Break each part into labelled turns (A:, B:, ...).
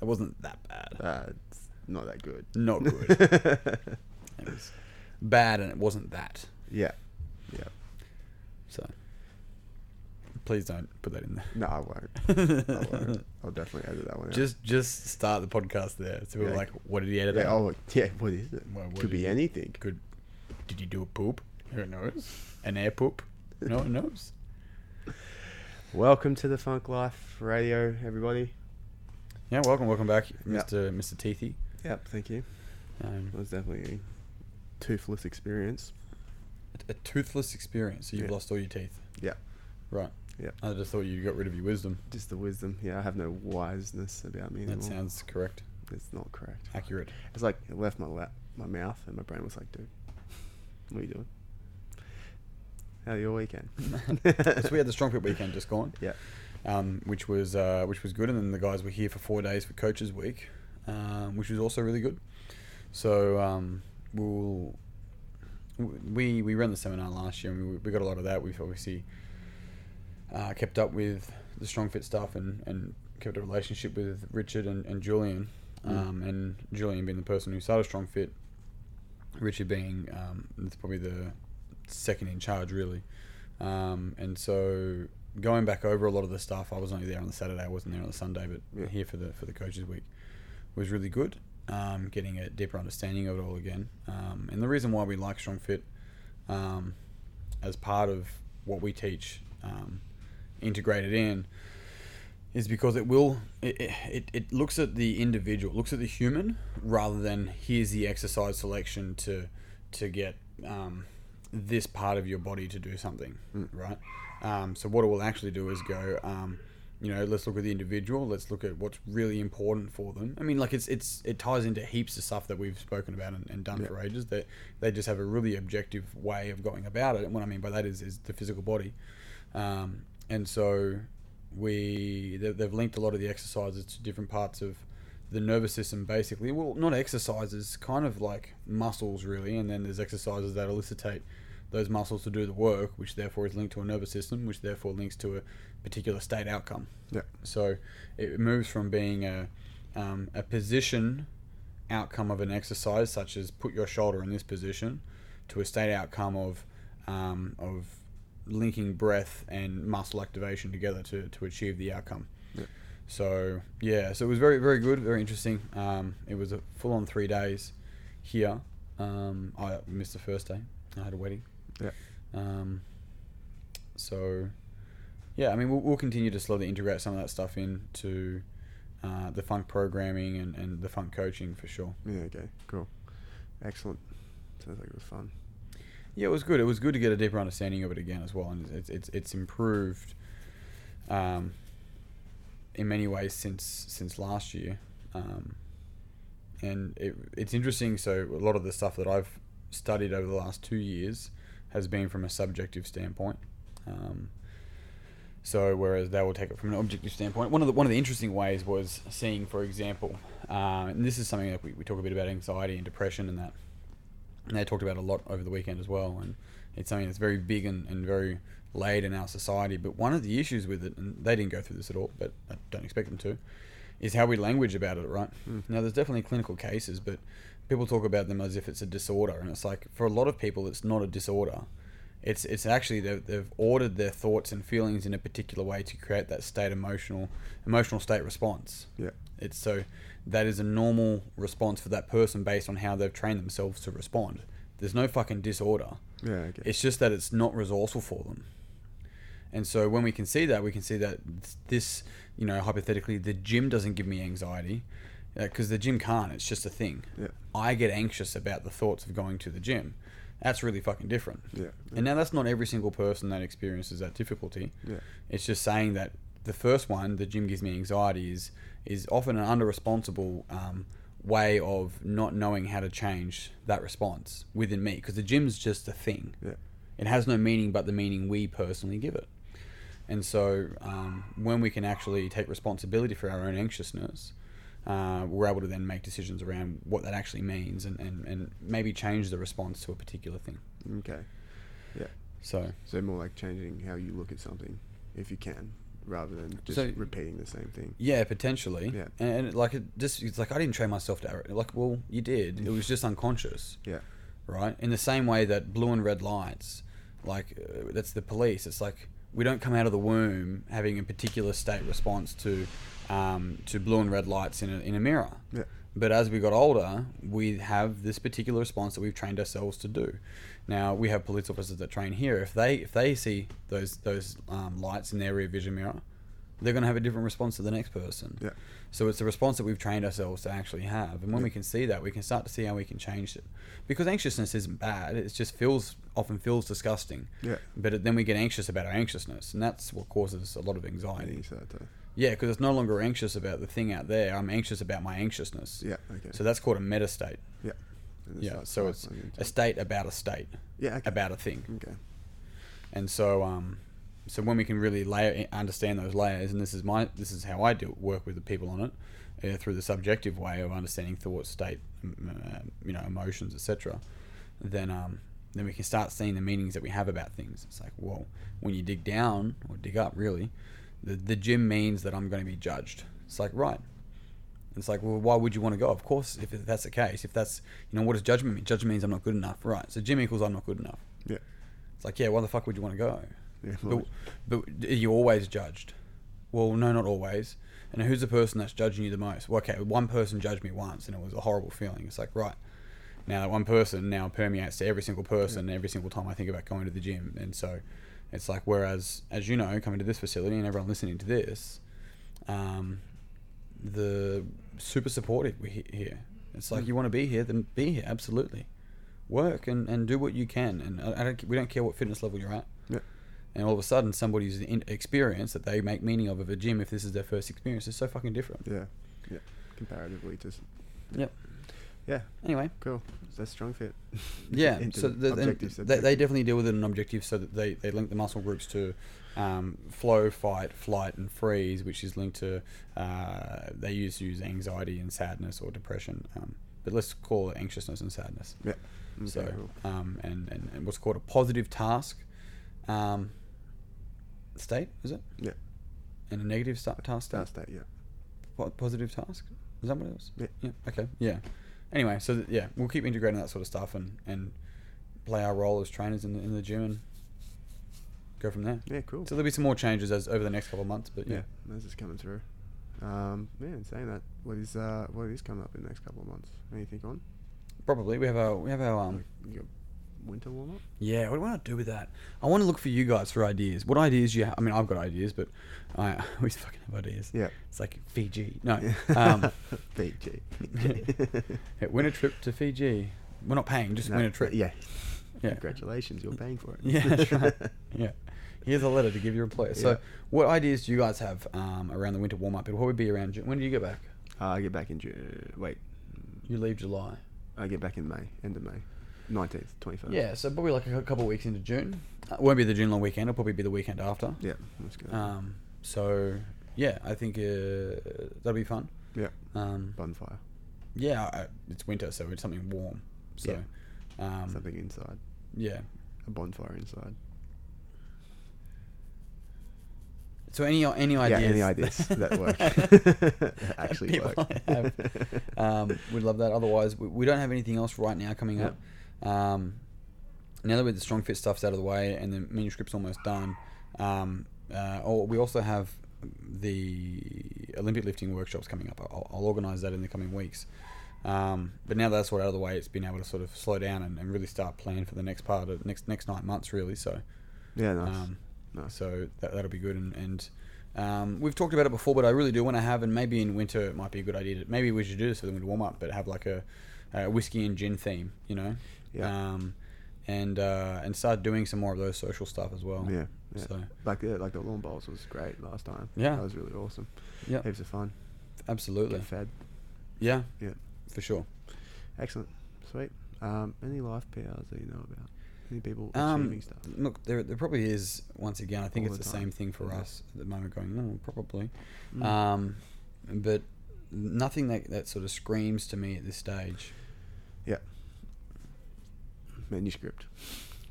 A: It wasn't that bad.
B: Uh, it's not that good.
A: Not good. it was bad, and it wasn't that.
B: Yeah. Yeah.
A: So please don't put that in there.
B: No, I won't. I won't. I'll definitely edit that one out.
A: Just just start the podcast there. So we were
B: Yeah.
A: like, what did he edit?
B: yeah,
A: out?
B: oh, yeah. What is it?
A: Well, what
B: Could
A: is
B: be
A: it?
B: anything.
A: Good. Did you do a poop? Who knows? An air poop? No one knows.
B: Welcome to the Funk Life Radio, everybody.
A: Yeah, welcome, welcome back, Mr. Mr. Teethy.
B: Yep. Thank you.
A: Um,
B: It was definitely a toothless experience.
A: a- a toothless experience. So you've
B: Yeah.
A: lost all your teeth.
B: Yeah.
A: Right.
B: Yeah.
A: I just thought you got rid of your wisdom.
B: Just the wisdom. Yeah, I have no wiseness about me anymore.
A: That sounds correct,
B: it's not correct.
A: accurate.
B: It's like it left my lap, my mouth, and my brain was like, "Dude, what are you doing? How your weekend?"
A: so we had the strong fit weekend just gone.
B: Yeah.
A: Um, which was uh, which was good, and then the guys were here for four days for coaches week, um, which was also really good. So um, we'll we we ran the seminar last year, and we, we got a lot of that. We've obviously uh, kept up with the strong fit stuff, and and kept a relationship with Richard and, and Julian, um, and Julian being the person who started strong fit, Richard being um, it's probably the second in charge really. Um, and so going back over a lot of the stuff, I was only there on the Saturday, I wasn't there on the Sunday, but
B: Yeah.
A: here for the for the coaches week was really good. Um, getting a deeper understanding of it all again, um, and the reason why we like Strong Fit um, as part of what we teach, um, integrated in, is because it will it, it- it, it looks at the individual, looks at the human rather than here's the exercise selection to to get um, this part of your body to do something, right? Um, so what it will actually do is go, um, you know, let's look at the individual, let's look at what's really important for them. I mean, like it's it's it ties into heaps of stuff that we've spoken about and, and done for ages. That they just have a really objective way of going about it. And what I mean by that is is the physical body, um, and so we they- they've linked a lot of the exercises to different parts of the nervous system basically well not exercises kind of like muscles really and then there's exercises that elicitate those muscles to do the work which therefore is linked to a nervous system which therefore links to a particular state outcome
B: Yeah.
A: so it moves from being a, um, a position outcome of an exercise, such as put your shoulder in this position, to a state outcome of, um, of linking breath and muscle activation together to, to achieve the outcome.
B: Yeah.
A: So, yeah, so it was very, very good, very interesting. Um, it was a full on three days here. Um, I missed the first day, I had a wedding.
B: Yeah.
A: Um, so, yeah, I mean, we'll, we'll continue to slowly integrate some of that stuff into uh, the funk programming and, and the funk coaching for sure.
B: Yeah. Okay. Cool. Excellent. Sounds like it was fun.
A: Yeah, it was good. It was good to get a deeper understanding of it again as well, and it's it's, it's improved um, in many ways since since last year. Um, and it, it's interesting. So a lot of the stuff that I've studied over the last two years has been from a subjective standpoint. Um, so whereas they will take it from an objective standpoint. One of the one of the interesting ways was seeing, for example, uh, and this is something that we, we talk a bit about anxiety and depression and that and they talked about it a lot over the weekend as well. And it's something that's very big and, and very laid in our society. But one of the issues with it, and they didn't go through this at all, but I don't expect them to, is how we language about it, right? Now, there's definitely clinical cases, but people talk about them as if it's a disorder. And it's like, for a lot of people, it's not a disorder. It's, it's actually they've, they've ordered their thoughts and feelings in a particular way to create that state emotional emotional state response
B: Yeah.
A: it's so that is a normal response for that person based on how they've trained themselves to respond. There's no fucking disorder.
B: Yeah. Okay.
A: It's just that it's not resourceful for them. And so when we can see that, we can see that this, you know, hypothetically, the gym doesn't give me anxiety because the gym can't. It's just a thing.
B: Yeah.
A: I get anxious about the thoughts of going to the gym. That's really fucking different.
B: Yeah.
A: And now that's not every single person that experiences that difficulty.
B: Yeah.
A: It's just saying that the first one, the gym gives me anxiety, is is often an under-responsible um, way of not knowing how to change that response within me because the gym's just a thing.
B: Yeah.
A: It has no meaning but the meaning we personally give it. And so, um, when we can actually take responsibility for our own anxiousness, uh, we're able to then make decisions around what that actually means and, and, and maybe change the response to a particular thing.
B: Okay.
A: So,
B: So more like changing how you look at something, if you can, rather than just
A: So-
B: repeating the same thing.
A: Yeah, potentially.
B: Yeah.
A: And, and like it just it's like I didn't train myself to arrogance. Like, well, you did. It was just unconscious.
B: Yeah.
A: Right. In the same way that blue and red lights, like uh, that's the police. It's like we don't come out of the womb having a particular state response to, um, to blue and red lights in a, in a mirror.
B: Yeah.
A: But as we got older, we have this particular response that we've trained ourselves to do. Now we have police officers that train here. If they if they see those those um, lights in their rear vision mirror, they're going to have a different response to the next person.
B: Yeah.
A: So it's a response that we've trained ourselves to actually have, and when we can see that, we can start to see how we can change it. Because anxiousness isn't bad; it just feels often feels disgusting.
B: Yeah.
A: But it, then we get anxious about our anxiousness, and that's what causes a lot of
B: I
A: anxiety.
B: think so too.
A: Yeah, because it's no longer anxious about the thing out there. I'm anxious about my anxiousness.
B: Yeah. Okay.
A: So that's called a meta state.
B: yeah. And it
A: Yeah.
B: starts
A: So it's
B: cycling into-
A: a state about a state,
B: yeah. Okay.
A: about a thing.
B: okay.
A: And so, um, so when we can really layer, understand those layers, and this is my, this is how I do work with the people on it, uh, through the subjective way of understanding thought, state, m- uh, you know, emotions, etc. Then, um, then we can start seeing the meanings that we have about things. It's like, well, when you dig down or dig up, really, the the gym means that I'm going to be judged. It's like right. It's like, well, why would you want to go? Of course, if that's the case, if that's, you know, what does judgment mean? Judgment means I'm not good enough, right? So gym equals I'm not good enough.
B: Yeah.
A: It's like, yeah, why the fuck would you want to go?
B: Yeah.
A: But, but are you always judged? Well, no, not always. And who's the person that's judging you the most? Well, okay, one person judged me once and it was a horrible feeling. It's like, right. Now that one person now permeates to every single person every single time I think about going to the gym. And so it's like, whereas, as you know, coming to this facility and everyone listening to this, um, the super supportive we he- here. It's like, you want to be here, then be here, absolutely. Work and, and do what you can. And I, I don't, we don't care what fitness level you're at
B: yeah.
A: and all of a sudden somebody's in- experience that they make meaning of of a gym if this is their first experience is so fucking different.
B: Yeah. Yeah. Comparatively, just
A: Yep.
B: yeah.
A: Anyway,
B: Cool. So that's strong fit.
A: yeah.
B: Into
A: so the, then
B: objective
A: they, they
B: subjective.
A: definitely deal with it in an objective so that they, they link the muscle groups to um, flow, fight, flight, and freeze, which is linked to uh, they use use anxiety and sadness or depression. Um, but let's call it anxiousness and sadness.
B: Yeah. Okay,
A: so
B: cool.
A: um, and, and, and what's called a positive task um, state is it?
B: Yeah.
A: And a negative sta- task state.
B: Start state. Yeah.
A: po- positive task. Is that what it was?
B: Yeah.
A: Okay. Yeah. Anyway, so th- yeah, we'll keep integrating that sort of stuff and and play our role as trainers in the, in the gym and go from there.
B: Yeah. Cool.
A: So there'll be some more changes as over the next couple of months, but yeah.
B: yeah. Those is coming through. Um, yeah, and saying that, what is uh, what is coming up in the next couple of months? Anything on?
A: probably we have our we have our um
B: Like your winter warm up?
A: yeah. What do I want to do with that? I want to look for you guys for ideas. What ideas do you? Ha- I mean, I've got ideas, but I I always fucking have ideas.
B: Yeah.
A: It's like Fiji. No. um,
B: Fiji.
A: yeah, win a trip to Fiji. We're not paying, just
B: No,
A: win a trip.
B: Yeah.
A: Yeah.
B: Congratulations, you're paying for it.
A: Yeah, that's right. yeah. Here's a letter to give your employer. So,
B: Yeah.
A: what ideas do you guys have um, around the winter warm up? What would be around? Ju- When do you get back?
B: Uh, I get back in June. Wait,
A: You leave July.
B: I get back in May, end of May, nineteenth, twenty first.
A: Yeah, so probably like a cou- couple of weeks into June. Uh, won't be the June long weekend. It'll probably be the weekend after.
B: Yeah. That's good.
A: Um, so, yeah, I think uh, that'll be fun.
B: yeah.
A: Um,
B: Bonfire.
A: yeah, I, it's winter, so it's something warm. So, um,
B: Something inside.
A: yeah.
B: A bonfire inside.
A: So any any
B: Yeah.
A: ideas?
B: Any ideas that work? That actually
A: People
B: work.
A: have. um, we'd love that. Otherwise, we, we don't have anything else right now coming
B: Yeah.
A: up. Um, now that with the strong fit stuff's out of the way and the manuscript's almost done, um, uh, oh, we also have the Olympic lifting workshops coming up. I'll, I'll organise that in the coming weeks. Um, but now that's sort of out of the way, it's been able to sort of slow down and, and really start planning for the next part of next next nine months, really. So.
B: yeah. Nice.
A: Um,
B: nice.
A: so that, that'll be good. And, and um, we've talked about it before, but I really do want to have, and maybe in winter it might be a good idea. To, maybe we should do this for the winter warm up, but have like a, a whiskey and gin theme, you know?
B: Yeah.
A: Um, and uh, and start doing some more of those social stuff as well.
B: Yeah. Yeah.
A: So
B: Like yeah, like the lawn bowls was great last time.
A: Yeah.
B: That was really awesome.
A: Yeah.
B: Heaps of fun.
A: absolutely,
B: Get fed.
A: yeah,
B: Yeah.
A: for sure.
B: Excellent. Sweet. Um, any life powers that you know about? Any people
A: Um,
B: achieving stuff?
A: look, there, there probably is once again. I think
B: All
A: it's
B: the
A: the, same
B: time.
A: thing for
B: Yeah.
A: us at the moment. Going, no, probably,
B: Mm.
A: um, but nothing that that sort of screams to me at this stage.
B: Yeah. Manuscript.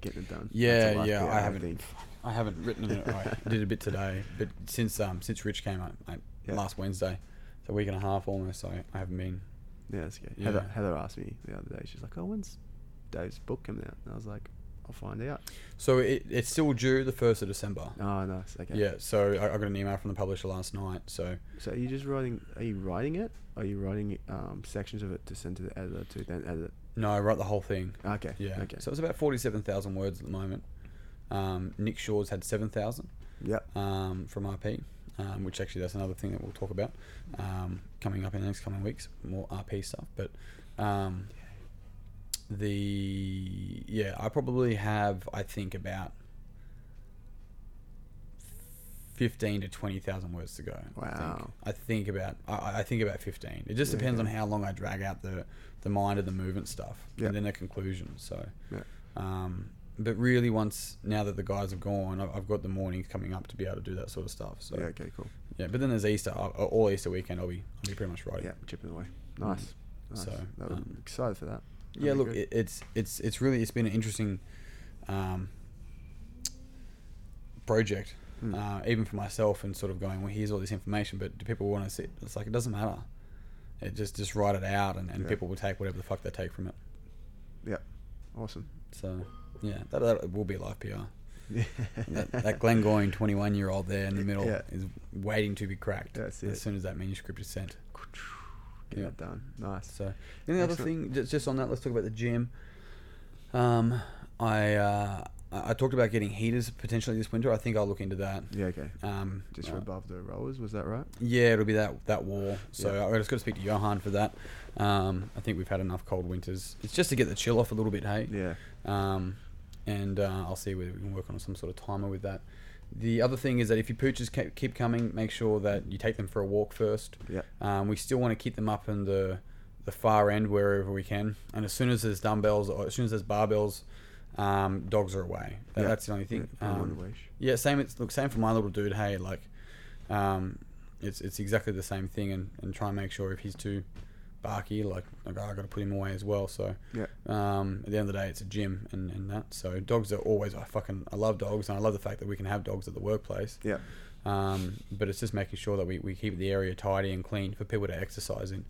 B: Getting it done. That's a
A: Yeah,
B: life
A: yeah,
B: power,
A: I haven't.
B: think.
A: fuck, I haven't written it. I did a bit today, but since um since Rich came up I,
B: Yeah.
A: last Wednesday, it's a week and a half almost. I, I haven't been.
B: Yeah, that's okay. Heather,
A: Yeah.
B: Heather asked me the other day. She's like, "Oh, when's Dave's book coming out?" And I was like, "I'll find out."
A: So it, it's still due the first of December.
B: Oh, nice. Okay.
A: Yeah. So I, I got an email from the publisher last night. So
B: So are you just writing? Are you writing it? Are you writing um, sections of it to send to the editor to then edit?
A: no, I wrote the whole thing.
B: Okay.
A: Yeah.
B: Okay.
A: So it's about forty-seven thousand words at the moment. Um, Nick Shaw's had seven thousand.
B: Yep.
A: um, from RP, um, which actually that's another thing that we'll talk about um, coming up in the next coming weeks, more RP stuff. But um, the yeah, I probably have I think about fifteen to twenty thousand words to go. I think,
B: Wow.
A: I think about I- I, I think about fifteen. It just
B: Yeah,
A: depends
B: yeah.
A: on how long I drag out the the mind and the movement stuff,
B: Yep.
A: and then a conclusion. So.
B: Yep.
A: Um, but really, once now that the guys have gone, I've, I've got the mornings coming up to be able to do that sort of stuff. So
B: yeah.
A: yeah,
B: Okay. Cool.
A: but then there's Easter, I, I- all Easter weekend, I'll be I'll be pretty much writing.
B: Yeah. Chipping away. Nice. nice.
A: Mm. So,
B: that would-
A: um,
B: excited for that. That'd
A: yeah
B: be
A: look,
B: good.
A: it, it's it's it's really it's been an interesting um, project,
B: Mm.
A: uh, even for myself, and sort of going, well, here's all this information, but do people want to see? It? It's like it doesn't matter. It just just write it out, and, and
B: Yeah.
A: people will take whatever the fuck they take from it.
B: awesome.
A: So yeah, that, that will be life PR.
B: Yeah.
A: that, that Glengoyne 21 year old there in the middle
B: Yeah.
A: is waiting to be cracked
B: That's it.
A: as soon as that manuscript is sent.
B: Get
A: yeah.
B: that done. Nice.
A: So, then the other thing,
B: Excellent.
A: ju- just on that, let's talk about the gym. Um, I uh, I I talked about getting heaters potentially this winter. I think I'll look into that.
B: Yeah. Okay.
A: Um,
B: Just
A: uh,
B: above the rollers. Was that right?
A: yeah, it'll be that that wall. So I just got to speak to Johan for that. Um, I think we've had enough cold winters. It's just to get the chill off a little bit, hey.
B: Yeah.
A: Um, and uh, I'll see whether we can work on some sort of timer with that. The other thing is that if your pooches ke- keep coming, make sure that you take them for a walk first.
B: Yep.
A: Um, we still want to keep them up in the the far end wherever we can. And as soon as there's dumbbells or as soon as there's barbells, um, dogs are away. That,
B: Yeah.
A: That's the only
B: Yeah,
A: thing.
B: put 'em on
A: Um,
B: the leash.
A: yeah, same. It's look same for my little dude. Hey, like, um, it's it's exactly the same thing, and, and try and make sure if he's too barky, like, like "Oh, I got to put him away as well. So
B: Yeah.
A: um, at the end of the day, it's a gym and, and that. So dogs are always. I fucking I love dogs, and I love the fact that we can have dogs at the workplace.
B: Yeah.
A: Um, but it's just making sure that we, we keep the area tidy and clean for people to exercise in.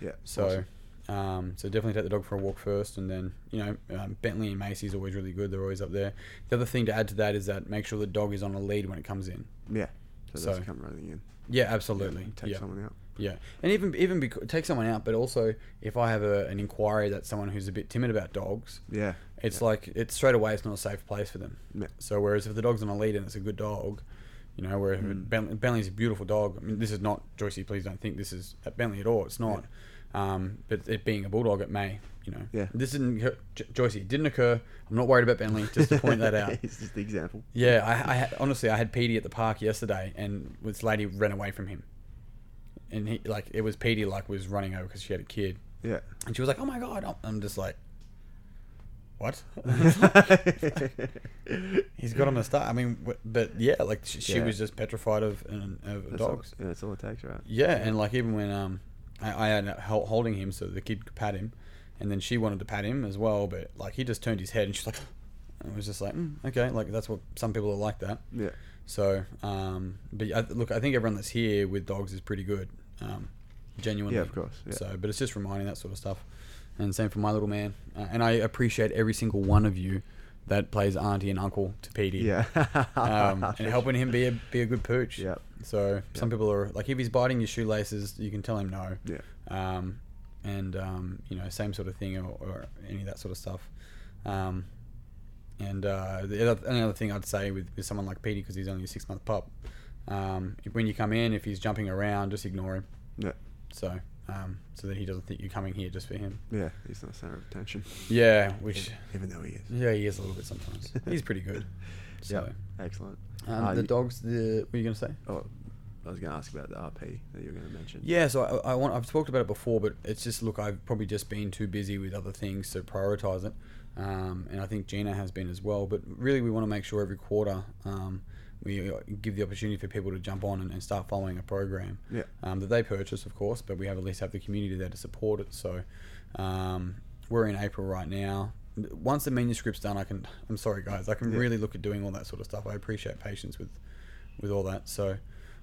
B: Yeah.
A: So.
B: awesome.
A: Um, so definitely take the dog for a walk first, and then you know um, Bentley and Macy's always really good. They're always up there. The other thing to add to that is that make sure the dog is on a lead when it comes in.
B: Yeah. So,
A: so-
B: that's come running in.
A: Yeah, absolutely.
B: Yeah,
A: Yeah,
B: Take someone out.
A: yeah. And even even bec- take someone out, but also if I have a, an inquiry that's someone who's a bit timid about dogs,
B: Yeah.
A: it's like it's straight away it's not a safe place for them.
B: Yeah.
A: So whereas if the dog's on a lead and it's a good dog, you know, where
B: Mm.
A: Bentley, Bentley's a beautiful dog. I mean, this is not Joycey. Please don't think this is at Bentley at all. It's not. Um, but it being a bulldog, it may. You know.
B: Yeah.
A: This didn't occur- Jo- Joycey. It didn't occur. I'm not worried about Bentley. Just to point that out.
B: it's just the example.
A: Yeah, I, I had, honestly I had Petey at the park yesterday, and this lady ran away from him, and he like it was Petey like was running over because she had a kid,
B: Yeah.
A: and she was like, "Oh my god!" I'm- I'm just like, "What?" He's got a moustache. I mean, wh- but yeah, like she, she
B: Yeah.
A: was just petrified of an, of
B: That's all-
A: dogs.
B: yeah, that's all it takes, right?
A: Yeah, and like even when um, I, I had hel- holding him so the kid could pat him, and then she wanted to pat him as well, but like he just turned his head and she's like, and it was just like, mm, okay, like that's what some people are like that.
B: Yeah.
A: So, um, but I, look, I think everyone that's here with dogs is pretty good, um, genuinely.
B: Yeah, of course. Yeah.
A: So, but it's just reminding that sort of stuff, and same for my little man. Uh, and I appreciate every single one of you that plays auntie and uncle to Petey.
B: yeah.
A: Um, and helping him be a be a good pooch.
B: Yep.
A: So some people are like, if he's biting your shoelaces, you can tell him no.
B: Yeah.
A: Um, and um, you know, same sort of thing, or, or any of that sort of stuff. Um, and uh, the other, another thing I'd say with, with someone like Petey, because he's only a six month pup, um, if, when you come in, if he's jumping around, just ignore him.
B: Yeah.
A: So, um, so that he doesn't think you're coming here just for him.
B: Yeah. He's not center of attention,
A: Yeah, which
B: even though he is.
A: yeah, he is a little bit sometimes. He's pretty good. So,
B: Yep. Excellent.
A: um,
B: Uh,
A: the
B: you-
A: dogs. The what were you gonna say?
B: Oh, I was going to ask about the RP that you were going to mention.
A: Yeah, so I, I want I've talked about it before, but it's just look, I've probably just been too busy with other things to prioritize it, um, and I think Gina has been as well. But really, we want to make sure every quarter um, we give the opportunity for people to jump on and, and start following a program
B: Yeah.
A: um, that they purchase, of course, but we have at least have the community there to support it. So um, we're in April right now. once the manuscript's done, I can. I'm sorry, guys. I can
B: Yeah.
A: really look at doing all that sort of stuff. I appreciate patience with, with all that. So,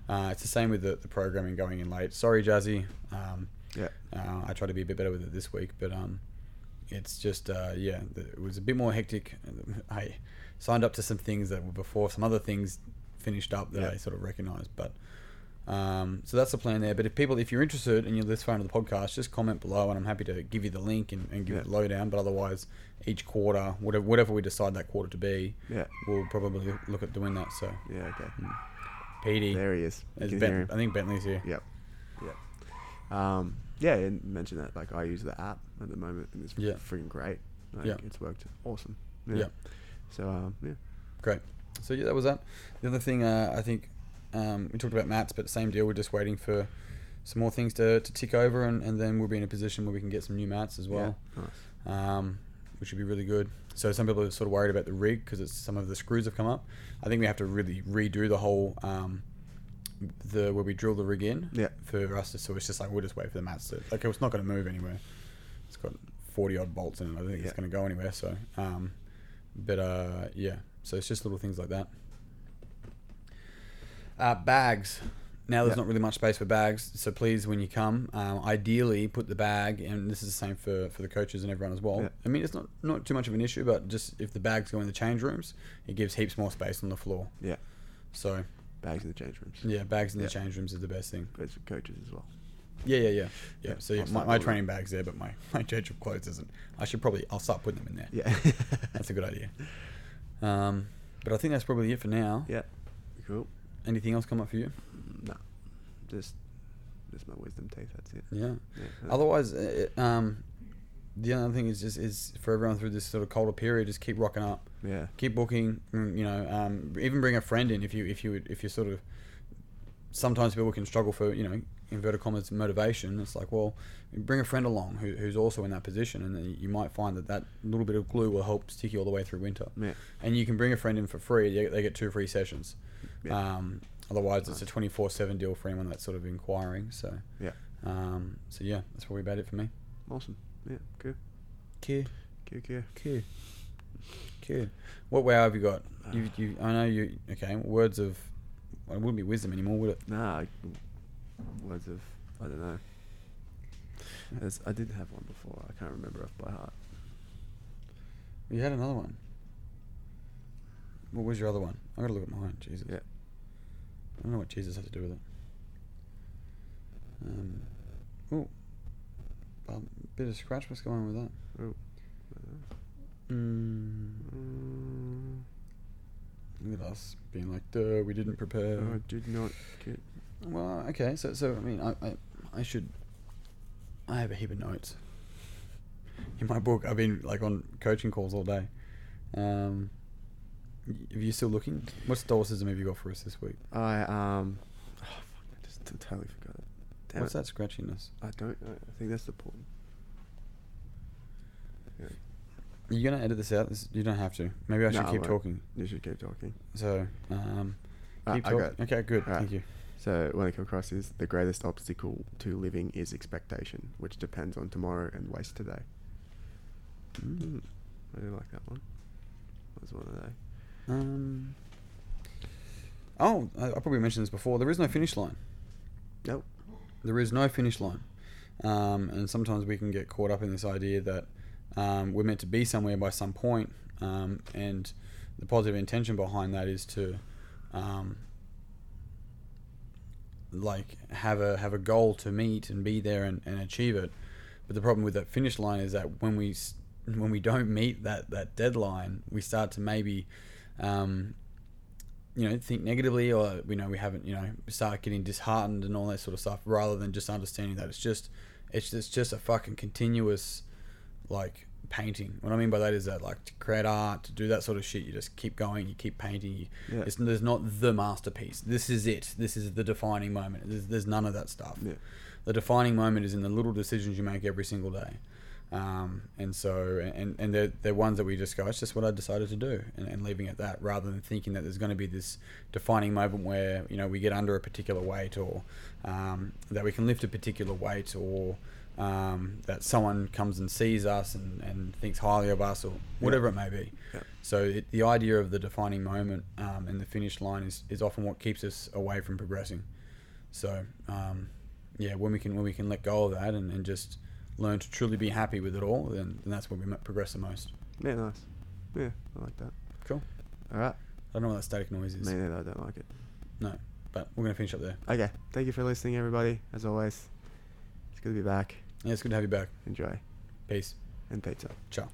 A: uh, it's the same with the, the programming going in late. Sorry, Jazzy. Um,
B: Yeah.
A: Uh, I tried to be a bit better with it this week, but um, it's just uh, yeah, the- it was a bit more hectic. I signed up to some things that were before some other things finished up that
B: Yeah.
A: I sort of recognised, but. Um, so that's the plan there. But if people, if you're interested and you're this far into the podcast, just comment below, and I'm happy to give you the link and, and give
B: Yeah.
A: it the lowdown. But otherwise, each quarter, whatever whatever we decide that quarter to be,
B: Yeah.
A: we'll probably look at doing that. So hmm.
B: Yeah. Okay.
A: PD,
B: There he is. You
A: There's
B: can
A: Ben-
B: hear him.
A: I think Bentley's here.
B: Yep. Yep. Um, yeah, and mention that. Like, I use the app at the moment, and it's
A: Yeah.
B: freaking great. Like,
A: Yeah.
B: It's worked awesome.
A: Yeah.
B: So, um, yeah.
A: Great. So yeah, that was that. The other thing uh, I think um, we talked about mats, but same deal. We're just waiting for some more things to, to tick over, and, and then we'll be in a position where we can get some new mats as well,
B: Yeah. Nice.
A: um, which would be really good. So some people are sort of worried about the rig because some of the screws have come up. I think we have to really redo the whole um, the where we drill the rig in
B: Yeah.
A: for us. To, so it's just like we'll just wait for the mats to like it's not going to move anywhere. It's got forty odd bolts in it. I don't think
B: Yeah.
A: it's going to go anywhere. So, um, but uh, yeah. So it's just little things like that. Uh, bags. Now there's
B: Yeah.
A: not really much space for bags, so please, when you come, um, ideally put the bag, and this is the same for, for the coaches and everyone as well.
B: Yeah.
A: I mean, it's not, not too much of an issue, but just if the bags go in the change rooms, it gives heaps more space on the floor.
B: Yeah.
A: So
B: Bags in the change rooms.
A: yeah, bags in
B: Yeah.
A: the change rooms is the best thing.
B: Goes for coaches as well.
A: Yeah, yeah, yeah, yeah.
B: Yeah,
A: so yeah,
B: I'll
A: my,
B: start
A: my
B: doing
A: training bag's there, but my my change of clothes isn't. I should probably I'll start putting them in there.
B: Yeah.
A: that's a good idea. Um, but I think that's probably it for now.
B: yeah. Cool.
A: Anything else come up for you?
B: No. Just, just my wisdom teeth. That's it.
A: Yeah.
B: Yeah.
A: Otherwise, uh, it, um, the other thing is just is for everyone through this sort of colder period, just keep rocking up,
B: Yeah.
A: keep booking. mm, You know, um, even bring a friend in if you if you would- if you're sort of. Sometimes people can struggle for you know inverted commas motivation. It's like well, bring a friend along who, who's also in that position, and then you might find that that little bit of glue will help stick you all the way through winter.
B: Yeah.
A: And you can bring a friend in for free. They, they get two free sessions.
B: Yeah.
A: Um, otherwise, it's a twenty four seven deal for anyone that's sort of inquiring. So
B: Yeah.
A: Um, so yeah, that's probably about it for me.
B: Awesome. Yeah. Cool.
A: Cool,
B: Cool. Cool.
A: cool, cool. What wow have you got? You, you, I know you. Okay, words of. Well, it wouldn't be wisdom anymore, would it?
B: Nah. I- Words of I don't know. There's, I did have one before. I can't remember off by heart.
A: You had another one. What was your other one? I gotta look at mine. Jesus.
B: Yeah.
A: I don't know what Jesus had to do with it. Um. Oh. Um, bit of scratch. What's going on with that? Mm,
B: Mm,
A: look at us being like, duh, we didn't prepare.
B: I did not get.
A: Well, okay. So, so I mean, I, I, I should. I have a heap of notes. In my book, I've been like on coaching calls all day. Um, y- if you're still looking, what stoicism have you got for us this week?
B: I um. Oh, fuck, I just t- totally forgot it. Damn
A: What's
B: it.
A: that scratchiness?
B: I don't know. I think that's the point. Yeah.
A: Are you gonna edit this out? This, you don't have to. Maybe I should
B: No, I
A: keep
B: won't.
A: talking.
B: You should keep talking.
A: So, um,
B: Ah,
A: keep
B: I
A: talking.
B: got it.
A: Okay, good.
B: Alright.
A: Thank you.
B: So when I come across is the greatest obstacle to living is expectation, which depends on tomorrow and waste today.
A: Mm.
B: Mm. I do like that one. That was one of those.
A: Um. Oh, I, I probably mentioned this before. There is no finish line.
B: Nope.
A: There is no finish line. Um, and sometimes we can get caught up in this idea that um, we're meant to be somewhere by some point, um, and the positive intention behind that is to um, like have a have a goal to meet and be there and, and achieve it. But the problem with that finish line is that when we s- when we don't meet that that deadline, we start to maybe um, you know think negatively or you know we haven't you know start getting disheartened and all that sort of stuff rather than just understanding that it's just it's just, it's just a fucking continuous like painting what i mean by that is that like to create art to do that sort of shit you just keep going you keep painting you,
B: Yeah.
A: it's, there's not the masterpiece this is it this is the defining moment there's, there's none of that stuff
B: Yeah.
A: the defining moment is in the little decisions you make every single day um, and so and and they're, they're ones that we just go it's just what i decided to do and, and leaving it at that rather than thinking that there's going to be this defining moment where you know we get under a particular weight or um, that we can lift a particular weight or um, that someone comes and sees us and, and thinks highly of us or whatever it may be.
B: Yeah.
A: So it, the idea of the defining moment um, and the finish line is, is often what keeps us away from progressing. So um, yeah, when we can when we can let go of that and, and just learn to truly be happy with it all, then, then that's when we m- progress the most.
B: Yeah, nice. Yeah, I like that.
A: Cool.
B: All right.
A: I don't know what that static noise is,
B: Me neither, I don't like it.
A: but we're gonna finish up there.
B: Okay. Thank you for listening, everybody. As always, it's good to be back.
A: Yeah, it's good to have you back.
B: Enjoy.
A: Peace.
B: And pizza.
A: Ciao.